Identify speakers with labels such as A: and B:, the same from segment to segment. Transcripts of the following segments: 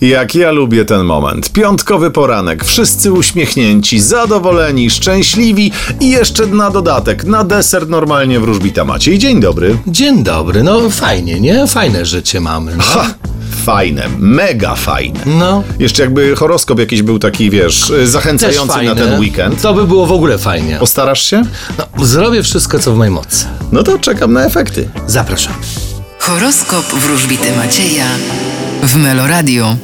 A: Jak ja lubię ten moment. Piątkowy poranek, wszyscy uśmiechnięci, zadowoleni, szczęśliwi i jeszcze na dodatek, na deser normalnie wróżbita Maciej. Dzień dobry.
B: Dzień dobry, no fajnie, nie? Fajne życie mamy. No.
A: Ha! Fajne, mega fajne.
B: no.
A: Jeszcze jakby horoskop jakiś był taki, wiesz, y,
B: Też
A: zachęcający na
B: fajne.
A: ten weekend.
B: To by było w ogóle fajnie.
A: Postarasz się?
B: No, zrobię wszystko, co w mojej mocy.
A: No to czekam na efekty.
B: Zapraszam.
C: Horoskop wróżbity Macieja w Meloradio.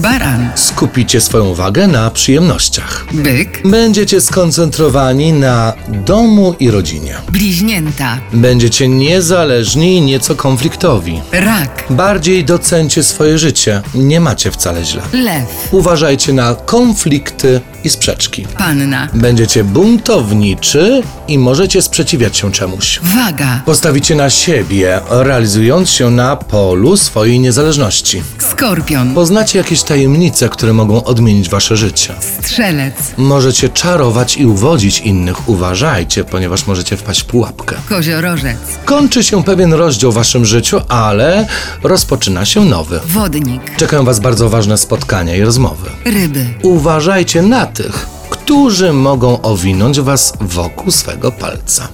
C: Baran,
B: Skupicie swoją uwagę na przyjemnościach.
C: byk,
B: Będziecie skoncentrowani na domu i rodzinie.
C: bliźnięta,
B: Będziecie niezależni i nieco konfliktowi.
C: rak,
B: Bardziej docencie swoje życie. Nie macie wcale źle.
C: lew,
B: Uważajcie na konflikty i sprzeczki.
C: panna,
B: Będziecie buntowniczy i możecie sprzeciwiać się czemuś.
C: waga,
B: Postawicie na siebie, realizując się na polu swojej niezależności.
C: skorpion,
B: Poznacie jakieś tajemnice, które mogą odmienić wasze życie.
C: strzelec,
B: Możecie czarować i uwodzić innych, uważajcie, ponieważ możecie wpaść w pułapkę.
C: koziorożec,
B: Kończy się pewien rozdział w waszym życiu, ale rozpoczyna się nowy.
C: wodnik,
B: Czekają was bardzo ważne spotkania i rozmowy.
C: ryby,
B: Uważajcie na tych, którzy mogą owinąć was wokół swego palca.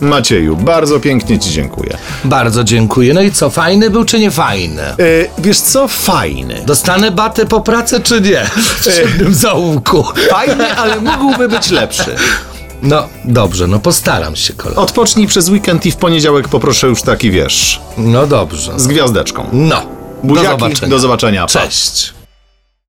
A: Macieju, bardzo pięknie Ci dziękuję.
B: Bardzo dziękuję. No i co, fajny był czy nie fajny?
A: E, wiesz co? Fajny.
B: Dostanę batę po pracy czy nie? W szybnym zaułku.
A: Fajny, ale mógłby być lepszy.
B: No dobrze, no postaram się kolego.
A: Odpocznij przez weekend i w poniedziałek poproszę już taki, wiesz,
B: No dobrze.
A: z gwiazdeczką.
B: No.
A: Buziaki,
B: do zobaczenia.
A: do zobaczenia, pa.
B: Cześć.